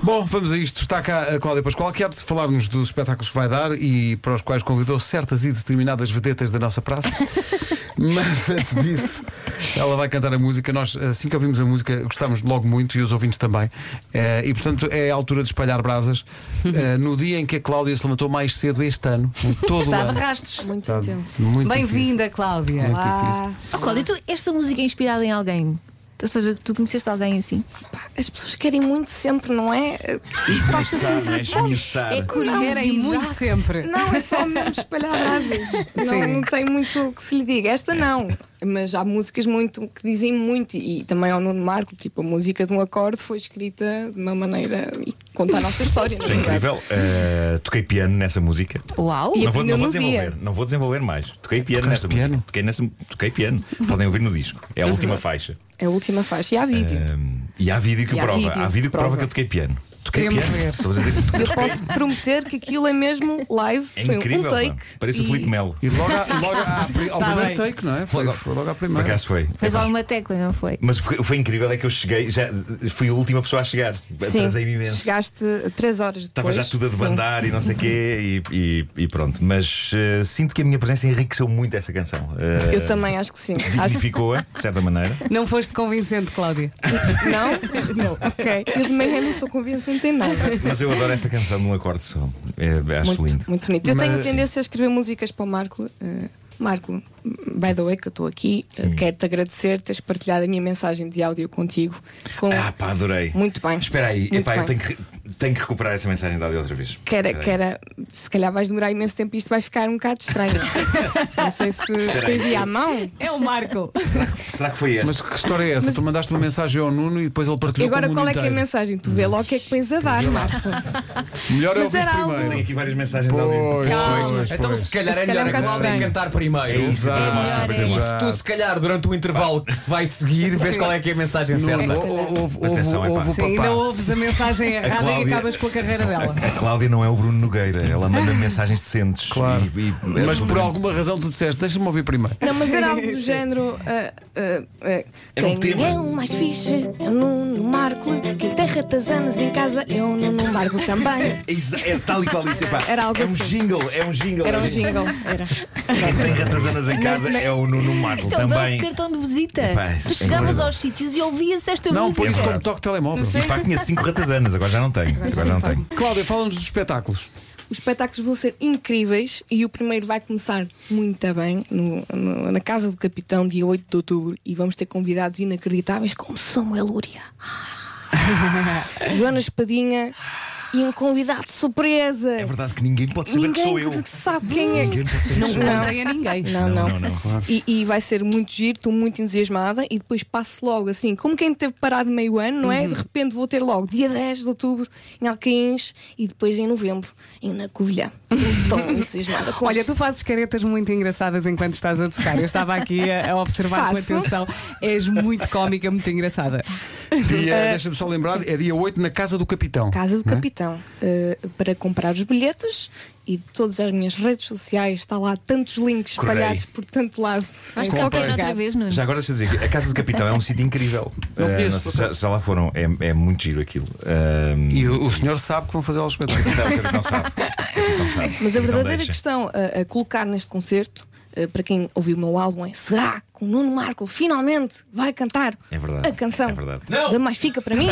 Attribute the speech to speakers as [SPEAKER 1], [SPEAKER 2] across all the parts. [SPEAKER 1] Bom, vamos a isto. Está cá a Cláudia Pascoal, que há de falar-nos dos espetáculos que vai dar e para os quais convidou certas e determinadas vedetas da nossa praça. Mas antes disso, ela vai cantar a música. Nós, assim que ouvimos a música, gostámos logo muito e os ouvintes também. Eh, e portanto é a altura de espalhar brasas. Eh, no dia em que a Cláudia se levantou mais cedo este ano, em todo o
[SPEAKER 2] Está
[SPEAKER 1] ano.
[SPEAKER 2] de rastros.
[SPEAKER 3] Muito
[SPEAKER 1] Está
[SPEAKER 3] intenso.
[SPEAKER 1] muito
[SPEAKER 2] Bem-vinda, Cláudia.
[SPEAKER 1] difícil, muito difícil.
[SPEAKER 3] Olá.
[SPEAKER 4] Oh, Cláudia, tu, esta música é inspirada em alguém? Ou seja, tu conheceste alguém assim?
[SPEAKER 3] As pessoas querem muito sempre, não é? Isto faz-se
[SPEAKER 5] Esmiuçar, não é?
[SPEAKER 3] sentir.
[SPEAKER 5] Esmiuçar.
[SPEAKER 2] Querem muito sempre.
[SPEAKER 3] Não, é só mesmo espalhar brasas. Não,
[SPEAKER 2] Sim.
[SPEAKER 3] não tem muito o que se lhe diga. Esta não. Mas há músicas muito que dizem muito. E também ao Nuno Marco, tipo, a música de um acorde foi escrita de uma maneira e conta a nossa história, é? na
[SPEAKER 5] Foi
[SPEAKER 3] verdade.
[SPEAKER 5] é incrível. Eh, toquei piano nessa música.
[SPEAKER 4] Uau!
[SPEAKER 3] E
[SPEAKER 5] Não vou, não
[SPEAKER 3] aprendeu
[SPEAKER 5] vou
[SPEAKER 3] no dia.
[SPEAKER 5] desenvolver, não vou desenvolver mais. Toquei piano
[SPEAKER 1] Tocaste
[SPEAKER 5] nessa
[SPEAKER 1] piano?
[SPEAKER 5] música. Toquei, nessa, toquei piano. Podem ouvir no disco. É a última faixa.
[SPEAKER 3] É a última faixa. E há vídeo.
[SPEAKER 5] Ehm, e há vídeo que
[SPEAKER 2] E
[SPEAKER 5] o
[SPEAKER 2] há
[SPEAKER 5] prova.
[SPEAKER 2] vídeo
[SPEAKER 5] há vídeo que prova
[SPEAKER 2] prova.
[SPEAKER 5] que eu toquei piano. Toquei
[SPEAKER 2] Queremos
[SPEAKER 5] piano.
[SPEAKER 2] ver.
[SPEAKER 5] Estou a dizer que toquei-
[SPEAKER 3] Posso prometer que aquilo é mesmo live.
[SPEAKER 5] É
[SPEAKER 3] foi
[SPEAKER 5] incrível.
[SPEAKER 3] um
[SPEAKER 5] pá.
[SPEAKER 3] take.
[SPEAKER 5] Parece o
[SPEAKER 3] e-
[SPEAKER 5] Filipe Melo.
[SPEAKER 1] E logo, à- logo à pri- ao
[SPEAKER 2] Tá
[SPEAKER 1] primeiro
[SPEAKER 2] bem.
[SPEAKER 1] take, não é? Foi,
[SPEAKER 5] Logo-
[SPEAKER 1] foi logo à
[SPEAKER 5] Por
[SPEAKER 1] primeira.
[SPEAKER 5] acaso foi.
[SPEAKER 4] Fez alguma tecla, não foi?
[SPEAKER 5] Mas o que foi incrível é que eu cheguei, já fui a última pessoa a chegar. Atrasei-me imenso.
[SPEAKER 3] Chegaste três horas
[SPEAKER 5] Estava
[SPEAKER 3] depois.
[SPEAKER 5] já tudo a
[SPEAKER 3] Sim.
[SPEAKER 5] debandar e não sei o quê e, e- e pronto. Mas eh, sinto que a minha presença enriqueceu muito essa canção. Eh,
[SPEAKER 3] Eu também acho que sim. Acho
[SPEAKER 5] Dignificou-a, de certa maneira.
[SPEAKER 2] Não foste convincente, Cláudia.
[SPEAKER 3] Não? Não. Ok. Eu de manhã não sou convincente em nada.
[SPEAKER 5] Mas eu adoro essa canção de um acorde só. É, acho lindo.
[SPEAKER 3] Muito, muito bonito. Eu
[SPEAKER 1] Mas-
[SPEAKER 3] tenho tendência a escrever músicas para o Marco. eh, Marco, by the way, que eu estou aqui, eh, quero-te agradecer teres partilhado a minha mensagem de áudio contigo. Com...
[SPEAKER 5] Ah, pá, adorei.
[SPEAKER 3] Muito bem.
[SPEAKER 5] Espera aí,
[SPEAKER 3] Muito
[SPEAKER 5] epá, eu
[SPEAKER 3] bem.
[SPEAKER 5] tenho que, re- tenho que recuperar essa mensagem dada outra vez.
[SPEAKER 3] Que era-
[SPEAKER 5] Espera aí.
[SPEAKER 3] que era- se calhar vais demorar imenso tempo e isto vai ficar um bocado estranho. não sei se tens aí à mão.
[SPEAKER 2] É o Marco.
[SPEAKER 5] Será que foi esta?
[SPEAKER 1] Mas que história é essa? Tu mandaste uma mensagem ao Nuno e depois ele
[SPEAKER 3] E
[SPEAKER 1] partilhou
[SPEAKER 3] agora
[SPEAKER 1] com o
[SPEAKER 3] qual
[SPEAKER 1] mundo
[SPEAKER 3] é que é a
[SPEAKER 1] inteiro.
[SPEAKER 3] mensagem? Tu vê logo o que é que tens a dar, Marco.
[SPEAKER 1] Melhor é
[SPEAKER 3] Mas
[SPEAKER 1] ouvir
[SPEAKER 3] era algo-
[SPEAKER 1] primeiro.
[SPEAKER 5] Tenho aqui várias mensagens
[SPEAKER 1] Pois,
[SPEAKER 5] ao vivo.
[SPEAKER 1] pois, pois,
[SPEAKER 6] Então, se calhar é
[SPEAKER 3] Se calhar
[SPEAKER 6] melhor
[SPEAKER 3] é um
[SPEAKER 6] a
[SPEAKER 3] bocado
[SPEAKER 6] Cláudia
[SPEAKER 3] estranho.
[SPEAKER 6] cantar primeiro.
[SPEAKER 5] É isso,
[SPEAKER 1] Exato.
[SPEAKER 5] mostra, por
[SPEAKER 4] É
[SPEAKER 5] exemplo.
[SPEAKER 1] isso.
[SPEAKER 6] Tu, se calhar, durante o intervalo que se vai seguir, vês qual é que é a mensagem
[SPEAKER 1] Nuno,
[SPEAKER 6] certa.
[SPEAKER 1] ou- ou- ouve-
[SPEAKER 5] Mas atenção,
[SPEAKER 1] ouve-
[SPEAKER 5] é pá.
[SPEAKER 1] ouve o
[SPEAKER 3] um
[SPEAKER 2] Sim, ainda
[SPEAKER 1] papá.
[SPEAKER 2] ouves a mensagem errada e
[SPEAKER 5] Cláudia-
[SPEAKER 2] acabas com a carreira
[SPEAKER 5] Atenção,
[SPEAKER 2] dela.
[SPEAKER 5] A Cláudia não é o Bruno Nogueira, ela manda mensagens decentes.
[SPEAKER 1] Claro.
[SPEAKER 5] E- é e-
[SPEAKER 1] Mas
[SPEAKER 6] é
[SPEAKER 1] por alguma razão tu disseste, deixa-me ouvir primeiro.
[SPEAKER 3] Não, mas era algo do género. ah, ah, ah,
[SPEAKER 5] Era um
[SPEAKER 3] quem
[SPEAKER 5] tema.
[SPEAKER 3] é o mais fixe? É o Nuno Marco. Quem tem ratazanas em casa é o Nuno Marco também.
[SPEAKER 5] Exa- É tal e qual isso, epá.
[SPEAKER 3] Era algo
[SPEAKER 5] É um
[SPEAKER 3] assim.
[SPEAKER 5] jingle, é um jingle.
[SPEAKER 3] Era
[SPEAKER 5] é
[SPEAKER 3] um jingle. Era.
[SPEAKER 5] Quem tem ratazanas em casa é o Nuno Marco
[SPEAKER 4] Isto é um belo
[SPEAKER 5] também.
[SPEAKER 4] cartão de visita.
[SPEAKER 5] Epá, isso
[SPEAKER 4] tu
[SPEAKER 5] é
[SPEAKER 4] chegavas
[SPEAKER 5] incrível.
[SPEAKER 4] aos sítios e ouvias esta
[SPEAKER 1] Não,
[SPEAKER 4] música.
[SPEAKER 1] por isso
[SPEAKER 5] Sim.
[SPEAKER 1] como toque telemóvel.
[SPEAKER 5] De facto tinha cinco ratazanas, agora já não tenho. Agora já não tenho.
[SPEAKER 1] Cláudia, fala-nos dos espetáculos.
[SPEAKER 3] Os espetáculos vão ser incríveis e o primeiro vai começar muito bem no- no- na Casa do Capitão, dia 8 de outubro, e vamos ter convidados inacreditáveis como Samuel Luria, Joana Espadinha e um convidado de surpresa.
[SPEAKER 5] É verdade que ninguém pode saber que
[SPEAKER 3] Ninguém
[SPEAKER 5] sou eu.
[SPEAKER 3] que sabe quem é.
[SPEAKER 5] Ninguém pode saber que sou eu.
[SPEAKER 3] Não.
[SPEAKER 2] a ninguém.
[SPEAKER 3] Não,
[SPEAKER 5] Não,
[SPEAKER 3] não.
[SPEAKER 5] não, não,
[SPEAKER 3] E, e vai ser muito giro, estou muito entusiasmada e depois passo logo assim, como quem teve parado meio ano, não é? De repente vou ter logo dia 10 de outubro em Alcaíns e depois em novembro em Na Covilhã. Estou entusiasmada com
[SPEAKER 2] Olha,
[SPEAKER 3] isto.
[SPEAKER 2] tu fazes caretas muito engraçadas enquanto estás a tocar. Eu estava aqui a, a observar com
[SPEAKER 3] Faço.
[SPEAKER 2] atenção. És muito cómica, muito engraçada.
[SPEAKER 1] Dia- Deixa-me só lembrar, é dia 8 na Casa do Capitão.
[SPEAKER 3] Casa do
[SPEAKER 1] não é?
[SPEAKER 3] Capitão uh, para comprar os bilhetes e de todas as minhas redes sociais está lá tantos links
[SPEAKER 5] Correi.
[SPEAKER 3] espalhados por tanto lado.
[SPEAKER 4] Mas só
[SPEAKER 3] Comprei.
[SPEAKER 4] quero outra vez, Nuno.
[SPEAKER 5] é Já agora deixa eu dizer que a Casa do Capitão é um sítio incrível.
[SPEAKER 1] Não
[SPEAKER 5] Eh,
[SPEAKER 1] conheço,
[SPEAKER 5] não sei
[SPEAKER 1] por acaso.
[SPEAKER 5] se já lá foram, é, é muito giro aquilo. Eh,
[SPEAKER 1] E o, o senhor sabe que vão fazer lá os espetáculos.
[SPEAKER 5] Não, o capitão sabe. O capitão sabe.
[SPEAKER 3] Mas a
[SPEAKER 5] O capitão
[SPEAKER 3] verdadeira
[SPEAKER 5] deixa.
[SPEAKER 3] questão a, a colocar neste concerto, eh, para quem ouviu o meu álbum, é será que o Nuno Marco finalmente vai cantar
[SPEAKER 5] É verdade,
[SPEAKER 3] a canção
[SPEAKER 5] é verdade.
[SPEAKER 3] da Mais Fica para mim?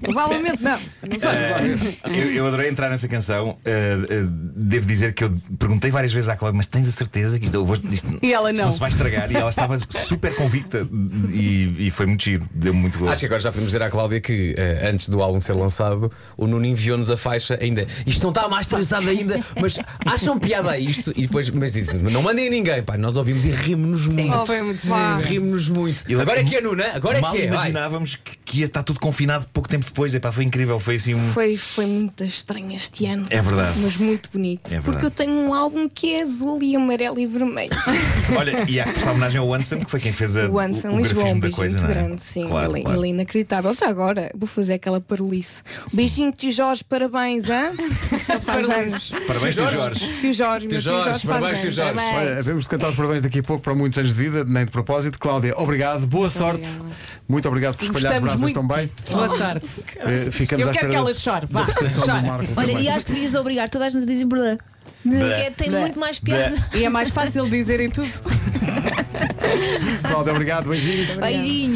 [SPEAKER 3] Provavelmente não. não sei.
[SPEAKER 5] É. Eu, eu adorei entrar nessa canção. Uh, uh, devo dizer que eu perguntei várias vezes à Cláudia, mas tens a certeza que isto, eu vou- isto-
[SPEAKER 2] E ela
[SPEAKER 5] isto
[SPEAKER 2] não.
[SPEAKER 5] se vai estragar? E ela estava super convicta e, e foi muito giro, deu-me muito gosto.
[SPEAKER 6] Acho que agora já podemos dizer à Cláudia que, eh, antes do álbum ser lançado, o Nuno enviou-nos a faixa ainda. Isto não está masterizado ainda, mas acham piada a isto. E depois, mas dizem, não mandem a ninguém, pá, nós ouvimos e rimos-nos muito.
[SPEAKER 2] Foi muito
[SPEAKER 3] Vá.
[SPEAKER 2] giro.
[SPEAKER 6] Rimos-nos muito.
[SPEAKER 5] E lá-
[SPEAKER 6] Agora é que é, Nuno, né? agora é
[SPEAKER 5] Mal
[SPEAKER 6] que é. vai.
[SPEAKER 5] imaginávamos que, que ia estar tudo confinado pouco tempo depois. Epá, foi incrível, foi assim um.
[SPEAKER 3] Foi, foi muito estranho este ano.
[SPEAKER 5] É verdade.
[SPEAKER 3] Mas muito bonito.
[SPEAKER 5] É verdade.
[SPEAKER 3] porque eu tenho um álbum que é azul e amarelo e vermelho.
[SPEAKER 5] Olha, e há que prestar homenagem ao Anson, que foi quem fez a,
[SPEAKER 3] O Anson
[SPEAKER 5] o, o
[SPEAKER 3] Lisboa, um
[SPEAKER 5] grafismo da
[SPEAKER 3] beijo
[SPEAKER 5] coisa,
[SPEAKER 3] muito
[SPEAKER 5] não é?
[SPEAKER 3] grande, sim.
[SPEAKER 5] Claro,
[SPEAKER 3] ele,
[SPEAKER 5] claro.
[SPEAKER 3] ele é inacreditável. Já agora vou fazer aquela parolice. Um beijinho, tio Jorge, parabéns, hã? Ele faz anos.
[SPEAKER 5] Parabéns, tio Jorge.
[SPEAKER 3] Tio Jorge, meu
[SPEAKER 6] Tio Jorge,
[SPEAKER 3] faz
[SPEAKER 6] parabéns, tio
[SPEAKER 3] anos.
[SPEAKER 6] Jorge.
[SPEAKER 1] Olha, vamos cantar os parabéns daqui a pouco para muitos anos de vida, nem de propósito. Cláudia, obrigado, boa sorte.
[SPEAKER 3] obrigada.
[SPEAKER 1] Muito obrigado por espalhar
[SPEAKER 2] Gostamos
[SPEAKER 1] brasas vocês estão bem?
[SPEAKER 2] Boa sorte.
[SPEAKER 1] Eh, ficamos
[SPEAKER 2] Eu
[SPEAKER 1] à
[SPEAKER 2] quero
[SPEAKER 1] espera
[SPEAKER 2] que ela chore,
[SPEAKER 1] da
[SPEAKER 2] vá.
[SPEAKER 1] prestação do
[SPEAKER 2] Chora.
[SPEAKER 1] Marco.
[SPEAKER 4] Olha,
[SPEAKER 1] também.
[SPEAKER 4] e acho que devias obrigar toda a gente a dizer blá. Porque tem
[SPEAKER 2] Blá.
[SPEAKER 4] muito mais piada.
[SPEAKER 2] E é mais fácil dizer em tudo.
[SPEAKER 1] Cláudia, obrigado, beijinhos.
[SPEAKER 4] Beijinho.